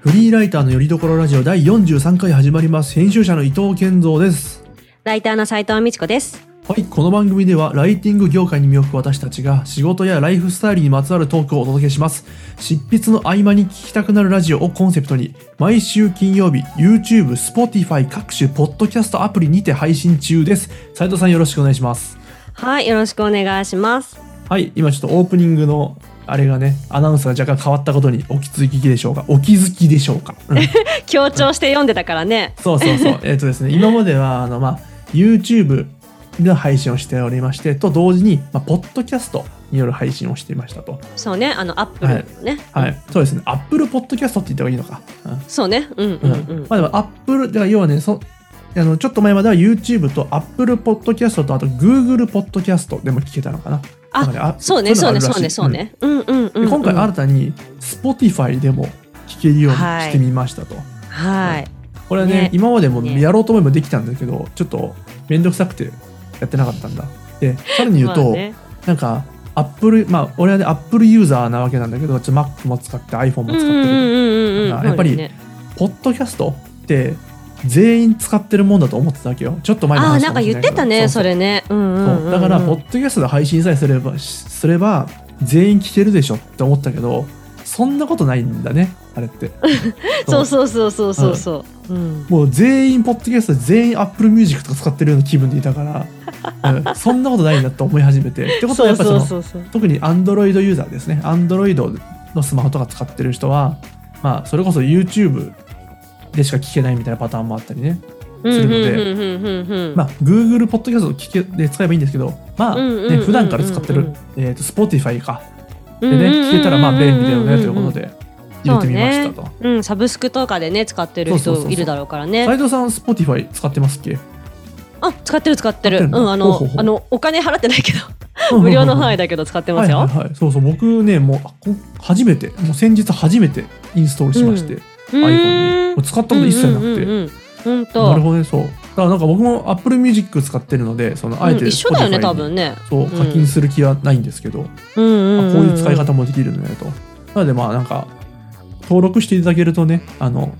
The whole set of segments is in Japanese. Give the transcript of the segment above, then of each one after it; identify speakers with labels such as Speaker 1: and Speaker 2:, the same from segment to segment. Speaker 1: フリーライターのよりどころラジオ第43回始まります。編集者の伊藤健三です。
Speaker 2: ライターの斉藤美智子です。
Speaker 1: はい、この番組ではライティング業界に身を置く私たちが仕事やライフスタイルにまつわるトークをお届けします。執筆の合間に聞きたくなるラジオをコンセプトに、毎週金曜日、YouTube、Spotify 各種ポッドキャストアプリにて配信中です。斉藤さんよろしくお願いします。
Speaker 2: はい、よろしくお願いします。
Speaker 1: はい、今ちょっとオープニングのあれがね、アナウンスが若干変わったことにお気づきでしょうかお気づきでしょうか、うん
Speaker 2: 強調して読んでたからね。
Speaker 1: そうそうそう。えっ、とですね、今までは、あの、まあ、YouTube で配信をしておりまして、と同時に、まあ、ポッドキャストによる配信をしていましたと。
Speaker 2: そうね、あのアップルのね、
Speaker 1: はい。そうですね。Apple Podcast って言った方がいいのか。
Speaker 2: そうね、うん
Speaker 1: う。
Speaker 2: うんん
Speaker 1: う。
Speaker 2: うんん。
Speaker 1: まあ、でも Apple、だから要はね、そあのちょっと前までは YouTube と Apple Podcast とあと Google Podcast でも聞けたのかな。な
Speaker 2: あ
Speaker 1: んかあ
Speaker 2: そうね、そ
Speaker 1: いうのが
Speaker 2: ね、そう
Speaker 1: あるら
Speaker 2: ね、
Speaker 1: しい
Speaker 2: そう。
Speaker 1: ん
Speaker 2: ね。うんうんうん。
Speaker 1: で今回新たに Spotify でも聞けるようにしてみましたと。
Speaker 2: はい。
Speaker 1: これはね
Speaker 2: ね
Speaker 1: 今までも
Speaker 2: ね
Speaker 1: やろうと思えばできたんだけどちょっと面倒くさくてやってなかったんだでさらに言うと、
Speaker 2: まあね
Speaker 1: なんかアップルまあ俺はねアップルユーザーなわけなんだけどちょっと Mac も使って iPhone も使っ
Speaker 2: うん
Speaker 1: て
Speaker 2: うん
Speaker 1: る、
Speaker 2: うんうんうん。
Speaker 1: だからやっぱり
Speaker 2: そうね
Speaker 1: ポッドキャストって全員使ってるもんだと思ってたわけよちょっと前の
Speaker 2: ああ、
Speaker 1: 話
Speaker 2: なん
Speaker 1: も
Speaker 2: か
Speaker 1: しれ
Speaker 2: 言
Speaker 1: い
Speaker 2: って
Speaker 1: けど
Speaker 2: たね、
Speaker 1: う
Speaker 2: そうれね。うんうんうん。
Speaker 1: そううんだからポッドキャストで配信さえすればしすれば全員聞けるでしょって思ったけどそんなことないんだねあれって
Speaker 2: そうそうそうそうそうそう。うん。
Speaker 1: もう全員ポッドキャスト全員 Apple Music とか使ってるような気分でいた から、うんそんなことないんだと思い始めて。ってことは
Speaker 2: そ
Speaker 1: や
Speaker 2: う
Speaker 1: っぱその
Speaker 2: そうそうそう。
Speaker 1: 特に Android ユーザーですね Android のスマホとか使ってる人は、まあ、それこそ YouTube でしか聞けないみたいなパターンもあったりね、
Speaker 2: うん
Speaker 1: す
Speaker 2: う
Speaker 1: るの
Speaker 2: ん
Speaker 1: で
Speaker 2: うんうんうんうん。
Speaker 1: まあ、Google ポッドキャスト聞けで使えばいいんですけど、まあ
Speaker 2: うんうんうんうん
Speaker 1: ね、普段から使って
Speaker 2: うんう
Speaker 1: る
Speaker 2: ん、
Speaker 1: えー、と Spotify か
Speaker 2: で
Speaker 1: でね聞けたらまあ便利だよねということ。で入れてみましたと。
Speaker 2: うん、サブスクとかでね、使ってる
Speaker 1: そうそうそう
Speaker 2: 人
Speaker 1: そう
Speaker 2: いるだろうからね。
Speaker 1: 斉藤さん Spotify 使ってますっけ
Speaker 2: あ、使ってる使ってる。
Speaker 1: 使って
Speaker 2: うん
Speaker 1: る、
Speaker 2: あ
Speaker 1: ほう
Speaker 2: の
Speaker 1: ほうほう
Speaker 2: あのお金払ってないけど、 無料の範囲だけど使ってますよ。
Speaker 1: はいはいはい、そうそう僕ねもうあこ初めてもう先日初めてインストールしまして、
Speaker 2: う
Speaker 1: iPhone に
Speaker 2: ー
Speaker 1: も
Speaker 2: ん
Speaker 1: う使ったこと一切なくて、
Speaker 2: うんうんうんうん本当。
Speaker 1: なるほどねそうだからなんか僕も Apple Music 使ってるのでそのあえ
Speaker 2: う
Speaker 1: て
Speaker 2: ん一緒だよね
Speaker 1: Spotify に
Speaker 2: 多分ね。
Speaker 1: そう課金する気はないんですけど、
Speaker 2: うんうんうん
Speaker 1: あ
Speaker 2: ん
Speaker 1: こういう使い方もできるんだねとなのでまあなんか登録していただけるとねあの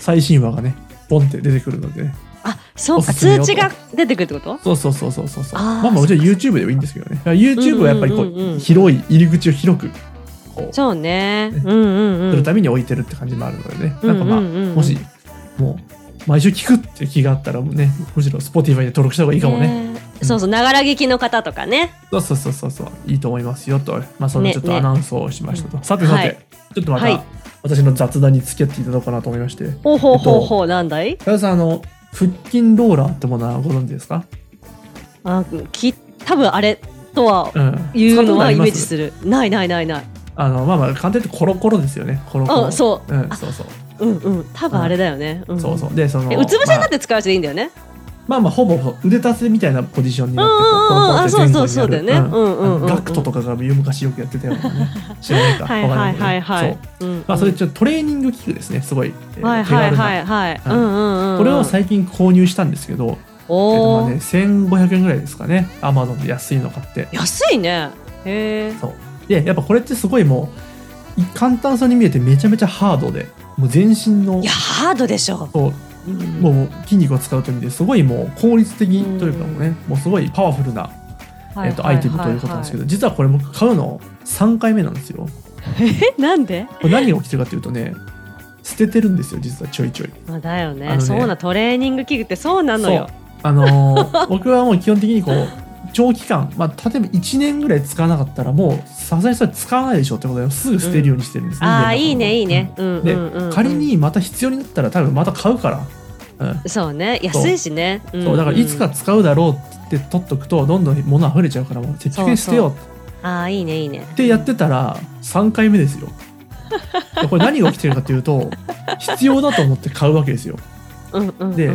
Speaker 1: 最新話がねポンって出てくるので、ね、
Speaker 2: あ、そうか
Speaker 1: おすすめよ
Speaker 2: 通
Speaker 1: と
Speaker 2: 知が出てくるってこと？
Speaker 1: そうそうそうそうそうそう
Speaker 2: あー
Speaker 1: まあまあうちは YouTube でもいいんですけどねだから YouTube はやっぱりこう,、
Speaker 2: うんうんうんうん
Speaker 1: 広い入り口を広くこう
Speaker 2: そうね。うんうんうん。
Speaker 1: するために置いてるって感じもあるのでね、
Speaker 2: うん
Speaker 1: なんかまあ、
Speaker 2: うんうんうん
Speaker 1: もしもう毎週聞くっていう気があったらねむしろ Spotify で登録した方がいいかもね、
Speaker 2: ねそうそうながら聞きの方とかね。
Speaker 1: そうそうそうそうそういいと思いますよとまあその
Speaker 2: ね
Speaker 1: ちょっと
Speaker 2: ね
Speaker 1: アナウンスをしましたと、さてさて、
Speaker 2: はい
Speaker 1: ちょっとまた、
Speaker 2: はい
Speaker 1: 私の雑談に付き合っていただこうかなと思いまして
Speaker 2: ほうほうほうほうなんだい？
Speaker 1: 高田さんあの腹筋ローラーってものはご存知ですか、
Speaker 2: あ、き多分あれとは
Speaker 1: うん、
Speaker 2: いうのはイメージ
Speaker 1: る
Speaker 2: する。ないないないない。
Speaker 1: あのまあまあ簡単に言うとコロコロですよねコロコロ
Speaker 2: うんそう
Speaker 1: うん、
Speaker 2: あ
Speaker 1: そうそう
Speaker 2: うんうん。多分あれだよね。ん
Speaker 1: そうそうでその
Speaker 2: えうつ伏せ
Speaker 1: ま
Speaker 2: にな
Speaker 1: あ
Speaker 2: って使う人でいいんだよね。
Speaker 1: まあまあほぼ腕立てみたいなポジションに
Speaker 2: うん
Speaker 1: な
Speaker 2: う
Speaker 1: って
Speaker 2: んうんうん。あ、そうそうそうだよね。うん
Speaker 1: ん
Speaker 2: うんうん。
Speaker 1: ガクトとかが昔よくやってたようなね知らないか
Speaker 2: はい
Speaker 1: わかん
Speaker 2: は
Speaker 1: ない
Speaker 2: い
Speaker 1: けど
Speaker 2: はいは
Speaker 1: そう
Speaker 2: い。うん
Speaker 1: まあそれちょっとトレーニング器具ですねすごい、えー
Speaker 2: はいはい
Speaker 1: 手軽
Speaker 2: は
Speaker 1: ない
Speaker 2: はい。
Speaker 1: う
Speaker 2: うんんうんうん。
Speaker 1: これを最近購入したんですけど、えっと
Speaker 2: お
Speaker 1: まあ
Speaker 2: お
Speaker 1: ね、。1500円ぐらいですかねアマゾンで安いの買って
Speaker 2: 安いね。へえ。
Speaker 1: そうでやっぱこれってすごいもうい簡単そうに見えてめちゃめちゃハードでもう全身の
Speaker 2: いやハードでしょ。
Speaker 1: そう
Speaker 2: うん
Speaker 1: もう筋肉を使うという意味ですごいもう効率的というかもうね、もうすごいパワフルなえっとアイテムということなんですけど、。実はこれ僕買うの3回目なんですよ。
Speaker 2: えなんで？
Speaker 1: これ何が起きてるかというとね、捨ててるんですよ、実はちょいちょい。
Speaker 2: まあだよ
Speaker 1: あの
Speaker 2: ね。
Speaker 1: ね
Speaker 2: そうなトレーニング器具ってそうなの
Speaker 1: そう
Speaker 2: よ。。
Speaker 1: あの ー僕はもう基本的にこう、長期間、まあ、例えば1年ぐらい使わなかったら、もうさすがにそれ使わないでしょってことですぐ捨てるようにしてるんですね。
Speaker 2: ああ
Speaker 1: 家
Speaker 2: いい
Speaker 1: の中
Speaker 2: ね
Speaker 1: で
Speaker 2: いいね。。うん
Speaker 1: で
Speaker 2: うんうん。
Speaker 1: 仮。にまた必要になったら、多分また買うから。うん。
Speaker 2: そうね安いしね。
Speaker 1: そうだからいつか使うだろうって取っとくとどんどん物溢れちゃうからもう積極的に捨てよう
Speaker 2: ああーいいねいいね。
Speaker 1: ってやってたら3回目ですよこれ何が起きてるかというと必要だと思って買うわけですよ
Speaker 2: うんうんうん。
Speaker 1: で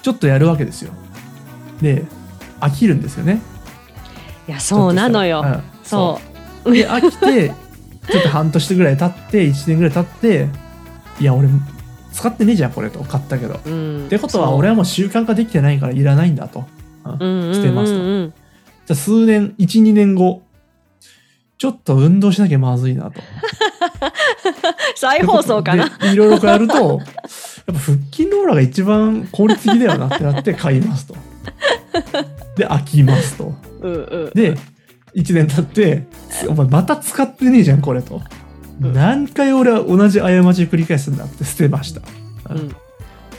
Speaker 1: ちょっとやるわけですよで飽きるんですよね、
Speaker 2: いやそうなのよ。そう
Speaker 1: うんで飽きてちょっと半年ぐらい経って1年ぐらい経っていや俺使ってねえじゃんこれと買ったけどっ
Speaker 2: う。うん。って
Speaker 1: ことは俺はもう習慣化できてないからいらないんだと捨
Speaker 2: 捨
Speaker 1: てますと
Speaker 2: と。
Speaker 1: じゃあ数年12年後ちょっと運動しなきゃまずいなと
Speaker 2: 再放送かな。
Speaker 1: でいろいろこうやると、やっぱ腹筋ローラーが一番効率的だよなってなって買いますと。で、飽きますと。
Speaker 2: うんうん。
Speaker 1: で、1年経って、つお前また使ってねえじゃん、これと。
Speaker 2: うん
Speaker 1: 何回俺は同じ過ちを繰り返すんだって捨てました。
Speaker 2: うん、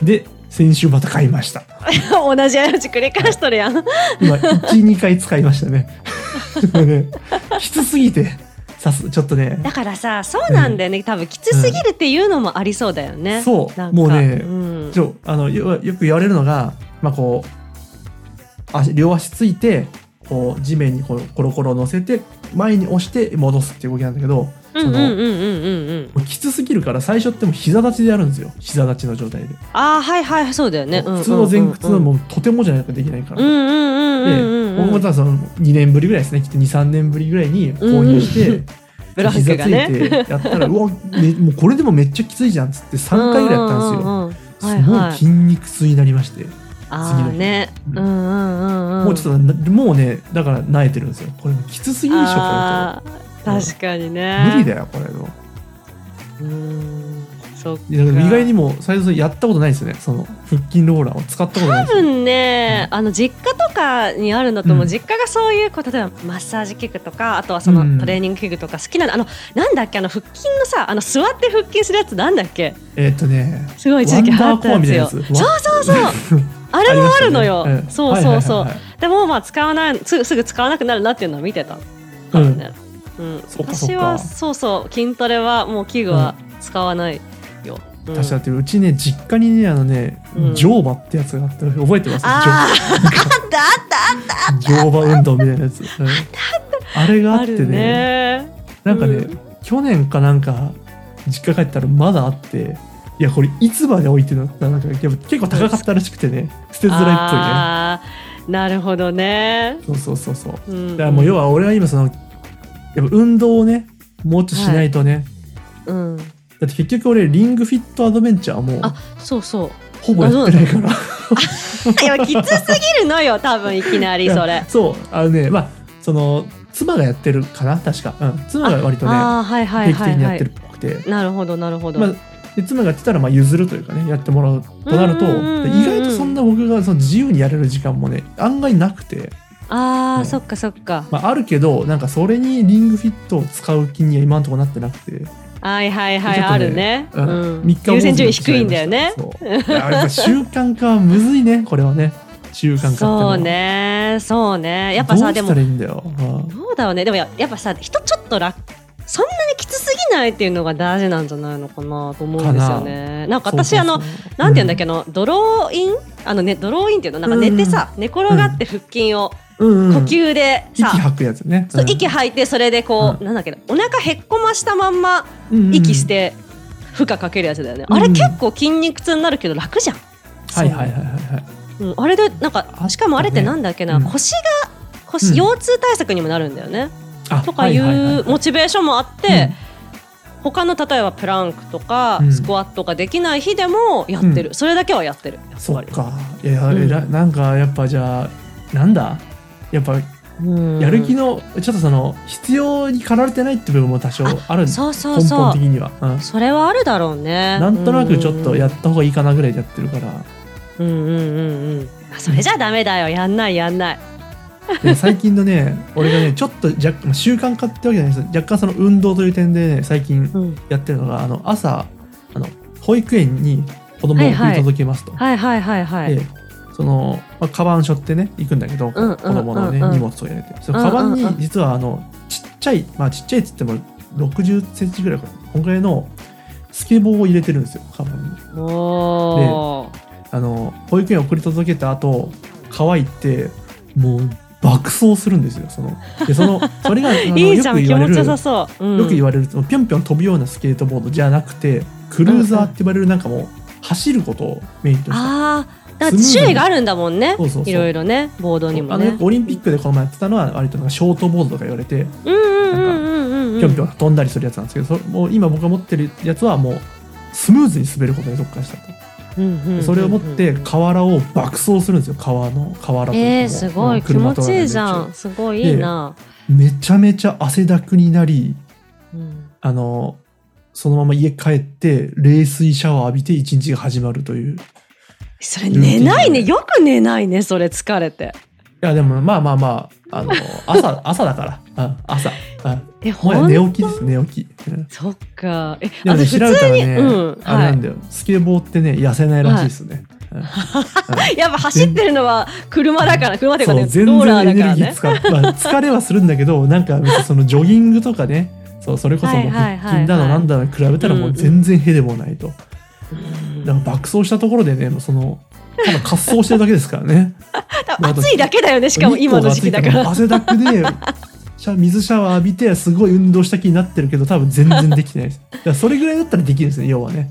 Speaker 1: で、先週また買いました。
Speaker 2: 同じ話繰り返しとるやん。
Speaker 1: 今、1、2回使いましたね。 ねきつすぎて、さす、ちょっとね、
Speaker 2: だからさ、そうなんだよね。多分きつすぎるっていうのもありそうだよね。
Speaker 1: そう
Speaker 2: なんか
Speaker 1: もうね
Speaker 2: うん
Speaker 1: ちょあのよよく言われるのが、まあ、こう足両足ついてこう地面にこうコロコロ乗せて前に押して戻すっていう動きなんだけど
Speaker 2: うんうんうんうんうんうん。
Speaker 1: もうきつすぎるから最初ってもう膝立ちでやるんですよ膝立ちの状態で、
Speaker 2: ああはいはいそうだよね。うんうんうんうん
Speaker 1: 普通の前屈はもうとてもじゃなくできないから、
Speaker 2: うんうんうんうん
Speaker 1: で僕
Speaker 2: うん
Speaker 1: もたその2年ぶりぐらいですねきっと23年ぶりぐらいに購入して、
Speaker 2: うん ブラッ
Speaker 1: 膝
Speaker 2: ク
Speaker 1: つ
Speaker 2: が
Speaker 1: い
Speaker 2: ね。
Speaker 1: てや ったら、うわ、めもうこれでもめっちゃきついじゃんっつって3回ぐらいやったんですよ、
Speaker 2: すよはいはい、
Speaker 1: すごい筋肉痛になりまして
Speaker 2: ああね。うん
Speaker 1: 次の
Speaker 2: うんうんうん。
Speaker 1: もうちょっとなもうねだから慣れてるんですよこれきつすぎでしょこれ
Speaker 2: あー確かにね。
Speaker 1: と無理だよこれの
Speaker 2: うーん。そっか。
Speaker 1: いやだから意外にも斉藤さんやったことないですよねその腹筋ローラーを使ったことない
Speaker 2: 多
Speaker 1: ですよ
Speaker 2: 分ね、あの実家とかにあるんだと思う、
Speaker 1: うん
Speaker 2: 実家がそういうこう例えばマッサージ器具とかあとはその
Speaker 1: うん
Speaker 2: トレーニング器具とか好きなのあのなんだっけあの腹筋のさあの座って腹筋するやつなんだっけ
Speaker 1: えーっとね
Speaker 2: すごい一時期流行
Speaker 1: ワンダー
Speaker 2: っ
Speaker 1: コ
Speaker 2: た
Speaker 1: ア
Speaker 2: や
Speaker 1: みた
Speaker 2: つ
Speaker 1: いな
Speaker 2: よ
Speaker 1: やつ
Speaker 2: そうそ うそうあれもあるのよ、そうそうそう、でもまあ使わないすぐすぐ使わなくなるなっていうのは見てたからね、うん
Speaker 1: そうかそう
Speaker 2: 私
Speaker 1: か
Speaker 2: はそうそう筋トレはもう器具は使わないよ、うん
Speaker 1: 確かってうちね実家にねあのね
Speaker 2: うん
Speaker 1: 乗馬ってやつがあって覚えてます
Speaker 2: ああったあった
Speaker 1: 乗馬運動みたいなやつうんあれがあ
Speaker 2: あ
Speaker 1: って
Speaker 2: る
Speaker 1: ね
Speaker 2: ね
Speaker 1: なんかね
Speaker 2: うん
Speaker 1: 去年かなんか実家帰ったらまだあっていやこれいつまで置いてなったなんかやっぱ結構高かったらしくてね捨てづら
Speaker 2: あーなるほどね
Speaker 1: いっぽいねそうそうそうそうだ
Speaker 2: うん
Speaker 1: からもう要は俺は今そのやっぱ運動をねもうちょっとしないとね、
Speaker 2: うん
Speaker 1: だって結局俺リングフィットアドベンチャーも
Speaker 2: あそうそう
Speaker 1: ほぼやってないから
Speaker 2: いやきつすぎるのよ多分いきなりそ
Speaker 1: い
Speaker 2: れ
Speaker 1: や そうあのねまあその妻がやってるかな確か、うん、妻が割とね
Speaker 2: ああはいはい
Speaker 1: 定期的
Speaker 2: はい
Speaker 1: にや
Speaker 2: は
Speaker 1: ってる
Speaker 2: い
Speaker 1: っぽくて、
Speaker 2: なるほどなるほど、
Speaker 1: まあ、で妻がやってたらまあ譲るというかねやってもらうとなると
Speaker 2: う
Speaker 1: で
Speaker 2: んうんうんうん
Speaker 1: 意外とそんな僕がその自由にやれる時間もね案外なくて、
Speaker 2: あー、
Speaker 1: うん
Speaker 2: そっかそっか
Speaker 1: まあ、あるけどなんかそれにリングフィットを使う気には今のところなってなくて、
Speaker 2: はいはいはい、
Speaker 1: ちょっとね
Speaker 2: あるね、
Speaker 1: う
Speaker 2: うん
Speaker 1: 3
Speaker 2: ん、
Speaker 1: 日
Speaker 2: 優先順位低いんだよね
Speaker 1: そういややっぱ習慣化はむずいねこれはね習慣化ってのは
Speaker 2: そうねそうねやっぱさで
Speaker 1: どうした
Speaker 2: も
Speaker 1: らいいんだよ、うん
Speaker 2: どうだろうねでもややっぱさ人ちょっと楽そんなにきつすぎないっていうのが大事なんじゃないのかなと思うんですよねなんか私
Speaker 1: そう
Speaker 2: あ
Speaker 1: そう
Speaker 2: の
Speaker 1: そう
Speaker 2: なんて言うんだっけの、ドローインあのねドローインっていうのなんか寝てさ、寝転がって腹筋を
Speaker 1: うんうん
Speaker 2: 呼
Speaker 1: うん
Speaker 2: 吸で
Speaker 1: 息
Speaker 2: さ、
Speaker 1: 吐くやつね
Speaker 2: そう息吐いてそれでこう、
Speaker 1: う
Speaker 2: なんだっけなお腹へっこましたまんま
Speaker 1: うん
Speaker 2: 息して負荷かけるやつだよね、
Speaker 1: うん
Speaker 2: あれ結構筋肉痛になるけど楽じゃん
Speaker 1: はいはいはいはいはい
Speaker 2: うん、あれでなん
Speaker 1: あった
Speaker 2: か
Speaker 1: ね
Speaker 2: しかもあれってなんだっけな、
Speaker 1: うん
Speaker 2: 腰が腰、
Speaker 1: うん
Speaker 2: 腰痛対策にもなるんだよね、
Speaker 1: あ
Speaker 2: とかい
Speaker 1: ははは
Speaker 2: う
Speaker 1: は
Speaker 2: モチベーションもあって、他の例えばプランクとか
Speaker 1: うん
Speaker 2: スクワットができない日でもやってる、それだけはやってるやっ
Speaker 1: そ
Speaker 2: ぱ
Speaker 1: っ
Speaker 2: り
Speaker 1: かいや、
Speaker 2: うん
Speaker 1: えらなんかやっぱじゃあなんだやっぱ
Speaker 2: うん
Speaker 1: やる気の、ちょっとその必要に駆られてないって部分も多少あるん
Speaker 2: そうそう
Speaker 1: 根
Speaker 2: そ
Speaker 1: 本的
Speaker 2: う
Speaker 1: には、うん
Speaker 2: それはあるだろうね
Speaker 1: なんとなくちょっとやった方がいいかなぐらいでやってるから、
Speaker 2: うんうんうんうんあそれじゃダメだよやんないやんない
Speaker 1: で最近のね俺がねちょっと若干まあ習慣化ってわけじゃないです若干その運動という点でね最近
Speaker 2: うん
Speaker 1: やってるのがあの朝あの保育園に子供を送り届けますと、
Speaker 2: はいはいはいはい
Speaker 1: でその、まあ、カバン背負ってね行くんだけど、
Speaker 2: うんうん
Speaker 1: 子供のね、
Speaker 2: うんうん
Speaker 1: 荷物を入れてそのカバン
Speaker 2: うんうんう
Speaker 1: に
Speaker 2: ん
Speaker 1: 実はあのちっちゃいまあちっちゃいっつっても60センチぐらいかなこんぐらいのスケボーを入れてるんですよカバンに
Speaker 2: おー
Speaker 1: あの保育園送り届けた後乾いてもう爆走するんですよそので そのそれがあの
Speaker 2: いいじ
Speaker 1: よ
Speaker 2: ゃん
Speaker 1: く
Speaker 2: 気
Speaker 1: 言わ
Speaker 2: 持
Speaker 1: れ
Speaker 2: ち
Speaker 1: る
Speaker 2: よ
Speaker 1: よ
Speaker 2: さそう、うん
Speaker 1: く言われるそのぴょんぴょん飛ぶようなスケートボードじゃなくてクルーザーって言われるなんかもう走ることをメインとした
Speaker 2: ああ、だから種類があるんだもんね。
Speaker 1: そうそうそう
Speaker 2: いろいろね、ボードにも
Speaker 1: あの
Speaker 2: ね
Speaker 1: よく。オリンピックでこの前やってたのは割となんかショートボードとか言われて
Speaker 2: うんうんうんうんうんうん。
Speaker 1: ぴょんぴょん飛んだりするやつなんですけどそれもう今僕が持ってるやつはもうスムーズに滑ることに特化したと
Speaker 2: うんうんうん
Speaker 1: でそれを持って河原を爆走するんですよ川の河原というかもう
Speaker 2: えー、すご
Speaker 1: う
Speaker 2: い
Speaker 1: ん
Speaker 2: 気持
Speaker 1: 車とか
Speaker 2: ち
Speaker 1: で
Speaker 2: いいじゃん。すごいいいな。
Speaker 1: めちゃめちゃ汗だくになり
Speaker 2: うん
Speaker 1: あのそのまま家帰って冷水シャワー浴びて一日が始まるというい
Speaker 2: それ寝ないねよく寝ないねそれ疲れて
Speaker 1: やでもまあまあまああの朝朝だからあ朝あ
Speaker 2: え
Speaker 1: も
Speaker 2: ほ
Speaker 1: は
Speaker 2: ん
Speaker 1: や寝起きです寝起き、うん
Speaker 2: そっかえ
Speaker 1: でもね
Speaker 2: 私
Speaker 1: 調
Speaker 2: 普
Speaker 1: べた
Speaker 2: 通
Speaker 1: ら
Speaker 2: に、
Speaker 1: ね、
Speaker 2: うん
Speaker 1: あれ
Speaker 2: は
Speaker 1: なん
Speaker 2: い
Speaker 1: だよスケボーってね痩せないらしいですね、
Speaker 2: やっぱ走ってるのは車だから車っていうかね
Speaker 1: そう全
Speaker 2: ローラ
Speaker 1: 然
Speaker 2: ー
Speaker 1: エ
Speaker 2: だ
Speaker 1: ネ
Speaker 2: か
Speaker 1: ル
Speaker 2: ら
Speaker 1: ギー
Speaker 2: ね
Speaker 1: 使う、まあ、疲れはするんだけど なんか別にそのジョギングとかねそうそれこそもう
Speaker 2: はいはい
Speaker 1: 腹
Speaker 2: はいはい
Speaker 1: 筋だのなんだのに比べたらもう全然へでもないと、
Speaker 2: うん
Speaker 1: だから爆走したところでねもうそのただ滑走してるだけですからね
Speaker 2: 多分暑いだけだよ ねしかも今の時期だか
Speaker 1: 日光
Speaker 2: ら
Speaker 1: が暑いからもう汗だ くでシャ水シャワー浴びてすごい運動した気になってるけど多分全然できてないですだからそれぐらいだったらできるんですね要はね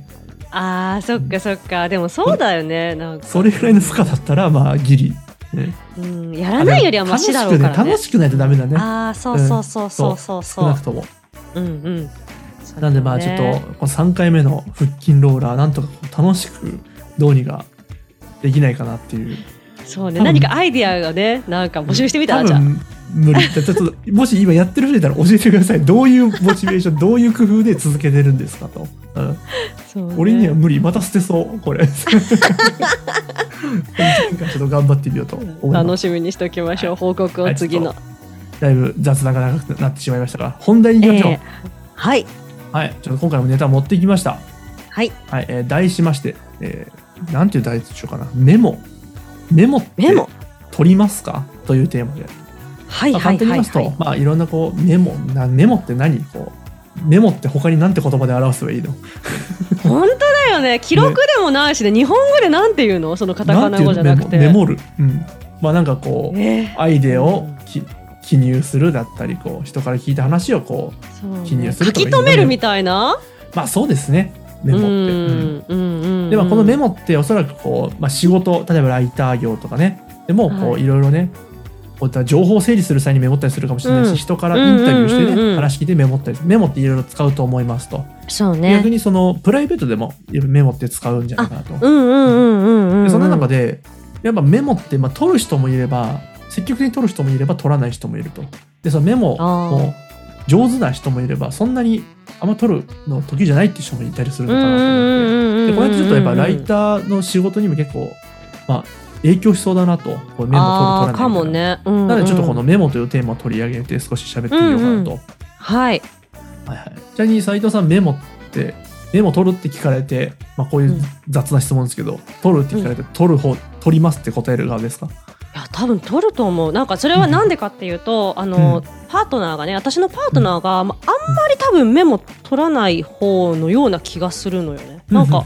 Speaker 2: あーそっかそっかでもそうだよねなんか
Speaker 1: それぐらいの負荷だったらまあギリ、ね、
Speaker 2: うんやらないよりはマシだろうか
Speaker 1: 楽しく
Speaker 2: ら
Speaker 1: ね
Speaker 2: ね
Speaker 1: 楽しくないとダメだね
Speaker 2: ああそうそうそうそうそ
Speaker 1: 少
Speaker 2: うそ
Speaker 1: な
Speaker 2: う
Speaker 1: くとも
Speaker 2: うんうんそれはね
Speaker 1: なんでまあちょっとこの3回目の腹筋ローラーなんとかこう楽しくどうにかできないかなっていう
Speaker 2: そうね
Speaker 1: 多分
Speaker 2: 何かアイディアがねなんか募集してみたら
Speaker 1: 多
Speaker 2: じゃあ
Speaker 1: 分無理じゃあちょっともし今やってる人いたら教えてくださいどういうモチベーションどういう工夫で続けてるんですかと、うん
Speaker 2: そうね
Speaker 1: 俺には無理また捨てそうこ れ ちょっと頑張ってみようと思いま
Speaker 2: 楽
Speaker 1: す
Speaker 2: しみにしておきましょう報告を次の
Speaker 1: だいぶ雑談が長くなってしまいましたが本題に行きましょう、
Speaker 2: えーはい
Speaker 1: はいちょっと今回もネタ持ってきました
Speaker 2: はい
Speaker 1: はい、えー題しまして、えーなんていう題でしょうかな、メモ。メモって
Speaker 2: メモ
Speaker 1: 取りますかというテーマで。
Speaker 2: はい
Speaker 1: まあ
Speaker 2: は
Speaker 1: 簡
Speaker 2: い
Speaker 1: 単に言い
Speaker 2: はい
Speaker 1: ますと、
Speaker 2: はい
Speaker 1: まあ、いろんなこうメモな、メモって何こうメモって他に何て言葉で表せばいいの
Speaker 2: 本当だよね記録でもないしね日本語でなんて言うのそのカタカ
Speaker 1: なん
Speaker 2: ナ
Speaker 1: ていう
Speaker 2: 語
Speaker 1: の
Speaker 2: じゃなくて
Speaker 1: メモメモる。うん。まあなんかこう、
Speaker 2: ね
Speaker 1: アイデアをき記入するだったり、こう、人から聞いた話をこう、
Speaker 2: そうね
Speaker 1: 記入す
Speaker 2: 書
Speaker 1: るとか
Speaker 2: き
Speaker 1: いろいろ
Speaker 2: 留めるみたいな
Speaker 1: まあそうですね、メモって。うん
Speaker 2: うんうんうん
Speaker 1: でまあこのメ
Speaker 2: モ
Speaker 1: モっておそらくこう、まあ、仕事例えばライター業とかねでもこ
Speaker 2: は
Speaker 1: う
Speaker 2: い
Speaker 1: いろいろねこういった情報を整理する際にメモったりするかもしれないし、
Speaker 2: うん
Speaker 1: 人からインタビューしてね、
Speaker 2: うんうんうんうん
Speaker 1: 話聞いてメモったりメモっていろいろ使うと思いますと、
Speaker 2: そう
Speaker 1: 逆
Speaker 2: ね
Speaker 1: にそのプライベートでもメモって使うんじゃないかなと、
Speaker 2: うんうんうんうんうんう
Speaker 1: で
Speaker 2: ん
Speaker 1: そんな中でやっぱメモって、まあ、取る人もいれば積極的に取る人もいれば取らない人もいるとでそのメモ
Speaker 2: あー
Speaker 1: を上手な人もいればそんなにあんま取るの得意じゃないっていう人もいたりするのかなと思って。でこれってちょっとやっぱライターの仕事にも結構、まあ、影響しそうだなとこうメモ取る取らないみたいな
Speaker 2: かもね、うんうん
Speaker 1: なのでちょっとこのメモというテーマを取り上げて少し喋ってみようかなと、
Speaker 2: うんはい
Speaker 1: はいはい、ちなみに斉藤さんメモってメモ取るって聞かれて、まあ、こういう雑な質問ですけど、取るって聞かれて、取る方取りますって答える側ですか
Speaker 2: いや多分取ると思うなんかそれはなんでかっていうと、あの、パートナーがね私のパートナーが、まああんまり多分メモ取らない方のような気がするのよねなんか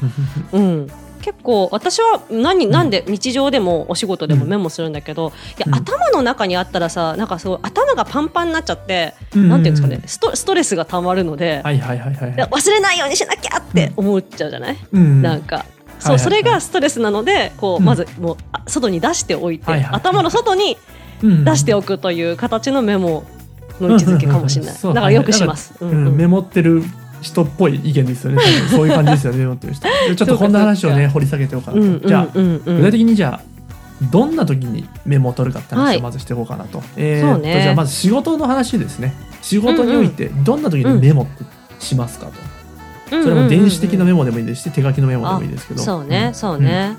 Speaker 2: うん結構私は何
Speaker 1: ん
Speaker 2: なんで日常でもお仕事でも
Speaker 1: うん
Speaker 2: メモするんだけど、いや、
Speaker 1: うん
Speaker 2: 頭の中にあったらさなんかそう頭がパンパンになっちゃって、
Speaker 1: うん
Speaker 2: なんていうんですかねストストレスがたまるので、
Speaker 1: はいはいはいはい
Speaker 2: いや忘れないようにしなきゃって思っちゃうじゃない、
Speaker 1: うん
Speaker 2: なん
Speaker 1: は
Speaker 2: か、そう、
Speaker 1: いはいはい
Speaker 2: それがストレスなのでこう
Speaker 1: うん
Speaker 2: まずもうあ外に出しておいて、
Speaker 1: はいはい
Speaker 2: 頭の外に
Speaker 1: うん
Speaker 2: 出しておくという形のメモの位置づけかもしれない、
Speaker 1: うんうんうんそう
Speaker 2: だからよくします、う
Speaker 1: うん
Speaker 2: うん
Speaker 1: メモってる人っぽい意見です よね。多分そういう感じですよね、メモってる人。でちょっとこんな話を
Speaker 2: そう
Speaker 1: ね、掘り下げておこうか
Speaker 2: う
Speaker 1: なと。
Speaker 2: ん
Speaker 1: じゃあ、
Speaker 2: うんうんうん
Speaker 1: 具体的にじゃあ、どんな時にメモを取るかって
Speaker 2: は
Speaker 1: 話
Speaker 2: い
Speaker 1: をまずしていこうかなと。えーっ
Speaker 2: そう
Speaker 1: と、
Speaker 2: ね
Speaker 1: じゃあまず仕事の話ですね。仕事において、どんな時にメモってしますかと。それも電子的なメモでもいいですし、手書きのメモでもいいですけど。
Speaker 2: そうね
Speaker 1: ん
Speaker 2: そうね、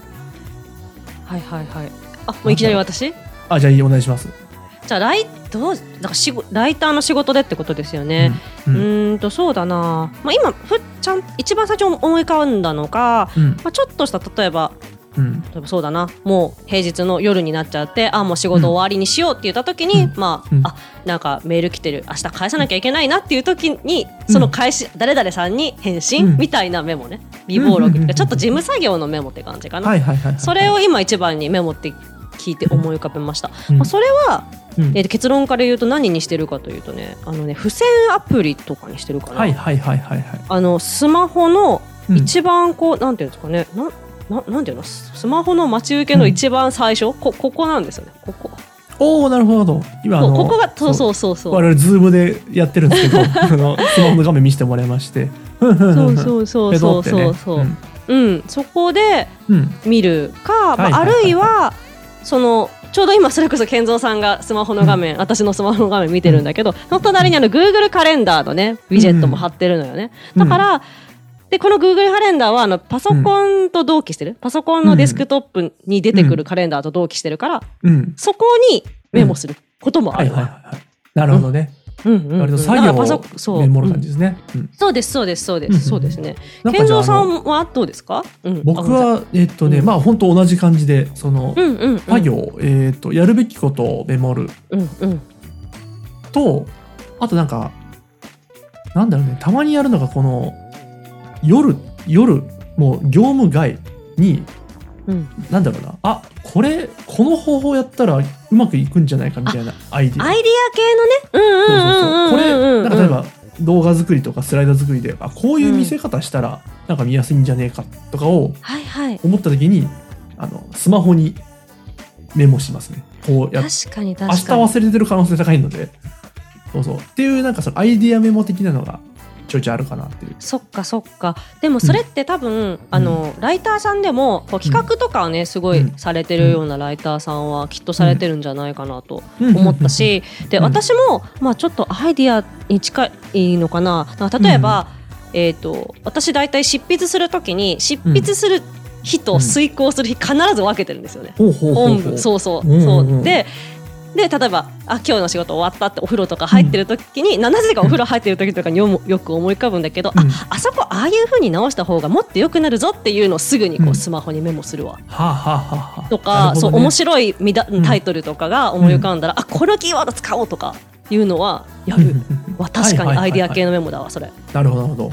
Speaker 2: はいはいはいあもういきなり私
Speaker 1: あ、じゃあ、お願いします。
Speaker 2: じゃあライどうなんか仕事ライターの仕事でってことですよね、
Speaker 1: う
Speaker 2: うんん、
Speaker 1: うん
Speaker 2: んとそうだな、まあ、今ふちゃん一番最初思い浮かんだのが、
Speaker 1: うん
Speaker 2: まあ、ちょっとした例えば
Speaker 1: うん
Speaker 2: 例えばそうだなもう平日の夜になっちゃってあもう仕事終わりにしようって言った時に、
Speaker 1: うん
Speaker 2: ま
Speaker 1: う
Speaker 2: あ,、
Speaker 1: ん
Speaker 2: あなんかメール来てる明日返さなきゃいけないなっていう時にその返し、誰々さんに返信、
Speaker 1: うん
Speaker 2: みたいなメモね備忘録、
Speaker 1: うんうんうんうん
Speaker 2: ちょっと事務作業のメモって感じかな、
Speaker 1: はいはいはいはい。
Speaker 2: それを今一番にメモって聞いて思い浮かべました、
Speaker 1: うん、
Speaker 2: まあ、それは、
Speaker 1: うん
Speaker 2: えー結論から言うと何にしてるかというとねあのね付箋アプリとかにしてるかな、
Speaker 1: はいはいはいはいはい。
Speaker 2: あのスマホの
Speaker 1: うん
Speaker 2: 一番こう、なんていうんですかねなななんていうのススマホの待ち受けの一番最初、こここなんですよねここ
Speaker 1: おおなるほど。今、あ
Speaker 2: そう
Speaker 1: の、
Speaker 2: ここがそう
Speaker 1: そう
Speaker 2: そうそうそう
Speaker 1: 我々ズームでやってるん ですけどあのスマホの画面見せてもらいましてそう
Speaker 2: そうそうそうそうそうそううん、そこで
Speaker 1: うん
Speaker 2: 見るか、まあ
Speaker 1: はいはいはいはい
Speaker 2: あるいはそのちょうど今それこそ健三さんがスマホの画面、私のスマホの画面見てるんだけど、その隣にあの Google カレンダーのねウィジェットも貼ってるのよね、
Speaker 1: うん
Speaker 2: だからでこの Google カレンダーはあのパソコンと同期してる、パソコンのデスクトップに出てくるカレンダーと同期してるから、
Speaker 1: うん。
Speaker 2: そこにメモすることもあ
Speaker 1: はい
Speaker 2: る
Speaker 1: はいはい
Speaker 2: わ。
Speaker 1: はい。なるほどね。
Speaker 2: うんうんうん
Speaker 1: 割と作業
Speaker 2: だからパソそう
Speaker 1: をメモる感じですね。うん
Speaker 2: うんそうですそうですそうで
Speaker 1: うんうん
Speaker 2: すそうですね。
Speaker 1: なんか
Speaker 2: 健
Speaker 1: じゃあ
Speaker 2: 三さ
Speaker 1: あの
Speaker 2: んはどうですか？うん
Speaker 1: 僕は、えっとね、
Speaker 2: うん
Speaker 1: まあ本当同じ感じで、その
Speaker 2: う、んうんうん
Speaker 1: 作業、えっと、やるべきことをメモる
Speaker 2: うんうん
Speaker 1: と、あとなんか、なんだろうね、たまにやるのがこの、夜、夜、もう業務外に、
Speaker 2: うん
Speaker 1: なんだろうな、あ、これ、この方法やったらうまくいくんじゃないかみたいなアイディア。
Speaker 2: アイディア系のね。
Speaker 1: そううんそうそう。こ
Speaker 2: うんうんうんうんうん
Speaker 1: れ、なんか例えば動画作りとかスライダー作りで、あ、こういう見せ方したらなんか見やすいんじゃねえかとかを
Speaker 2: はいはい。
Speaker 1: 思った時に、あの、スマホにメモしますね。こうやっ
Speaker 2: 確かに
Speaker 1: 明日
Speaker 2: 確かに。
Speaker 1: 忘れてる可能性高いので。そうそう。っていう、なんかそのアイディアメモ的なのがちょいちょいあるかなっていう。
Speaker 2: そっかそっかでもそれって多分、あのライターさんでもこう企画とかをねすご
Speaker 1: う
Speaker 2: い
Speaker 1: ん
Speaker 2: されてるようなライターさんはきっとされてるんじゃないかなと思
Speaker 1: 思
Speaker 2: った。し、で
Speaker 1: うん
Speaker 2: 私も、まあ、ちょっとアイディアに近いのかななんか例えば、えー、と私大体執筆する時に執筆する日と遂行する日必ず分けてるんですよね。
Speaker 1: ほうほうほう
Speaker 2: 本
Speaker 1: ほう。
Speaker 2: 部そうそう
Speaker 1: うんうん
Speaker 2: そう、
Speaker 1: うん
Speaker 2: でで例えばあ今日の仕事終わったってお風呂とか入ってる時に、ななぜかお風呂入ってる時とかによも よく思い浮かぶんだけど、
Speaker 1: うん
Speaker 2: ああそこああいう風に直した方がもっと良くなるぞっていうのをすぐにこ
Speaker 1: うん
Speaker 2: うスマホにメモするわ。
Speaker 1: はあ、はあはあはあ、
Speaker 2: とか、
Speaker 1: なるほ
Speaker 2: そう
Speaker 1: どね
Speaker 2: 面白いみだ
Speaker 1: ん
Speaker 2: タイトルとかが思い浮かんだら、あこのキーワード使おうとかいうのはやる、
Speaker 1: うん うんうん
Speaker 2: わ確
Speaker 1: は
Speaker 2: か
Speaker 1: いはいはい
Speaker 2: に
Speaker 1: は
Speaker 2: ア
Speaker 1: い
Speaker 2: イデア系のメモだわそれ。
Speaker 1: なるほど、なるほど。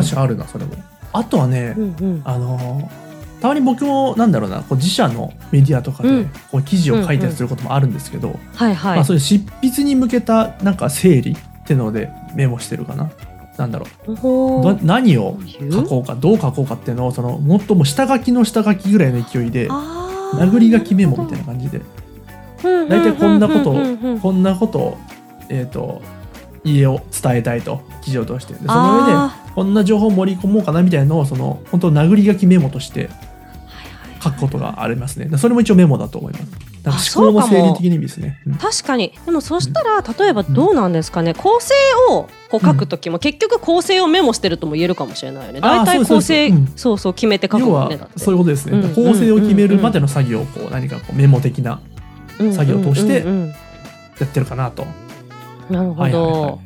Speaker 1: 確かにあるな、それも。あとはね、
Speaker 2: うんうん
Speaker 1: あのーたまに僕もなんだろうなこう自社のメディアとかで、
Speaker 2: うん
Speaker 1: こう記事を書いたりすることもあるんですけど、
Speaker 2: はいはい、
Speaker 1: まあ、そういう執筆に向けたなんか整理ってのでメモしてるかな。なんだろう
Speaker 2: ほ
Speaker 1: ど
Speaker 2: ー
Speaker 1: 何を
Speaker 2: どういう
Speaker 1: 書こうかどう書こうかっていうのをそのもっともう下書きの下書きぐらいの勢いで
Speaker 2: あー
Speaker 1: 殴り書きメモみたいな感じで
Speaker 2: うんうん
Speaker 1: 大体こんなことを
Speaker 2: うんうんうんうん
Speaker 1: こんなことを、えー、と家を伝えたいと記事を通してでその上で
Speaker 2: あ
Speaker 1: こんな情報を盛り込もうかなみたいなのをその本当殴り書きメモとして
Speaker 2: ーはいはい
Speaker 1: 書くことがありますね。だからそれも一応メモだと思います。なんか
Speaker 2: あ
Speaker 1: 思考の整
Speaker 2: そうか
Speaker 1: 理
Speaker 2: も
Speaker 1: 的な意味ですね。うん
Speaker 2: 確かにでもそしたら、例えばどうなんですかね構成をこう書く時も、結局構成をメモしてるとも言えるかもしれないよね
Speaker 1: あー
Speaker 2: 大体
Speaker 1: そう
Speaker 2: 構
Speaker 1: ですそう
Speaker 2: 成
Speaker 1: です
Speaker 2: そう
Speaker 1: うん
Speaker 2: そう決めて書く
Speaker 1: 要
Speaker 2: もん
Speaker 1: は
Speaker 2: ねだって
Speaker 1: そういうことですね。
Speaker 2: うん
Speaker 1: 構成を決めるまでの作業をこう何かこうメモ的な作業として
Speaker 2: うんうんうん
Speaker 1: やってるかなと。
Speaker 2: うんなるほど、
Speaker 1: はいはいはい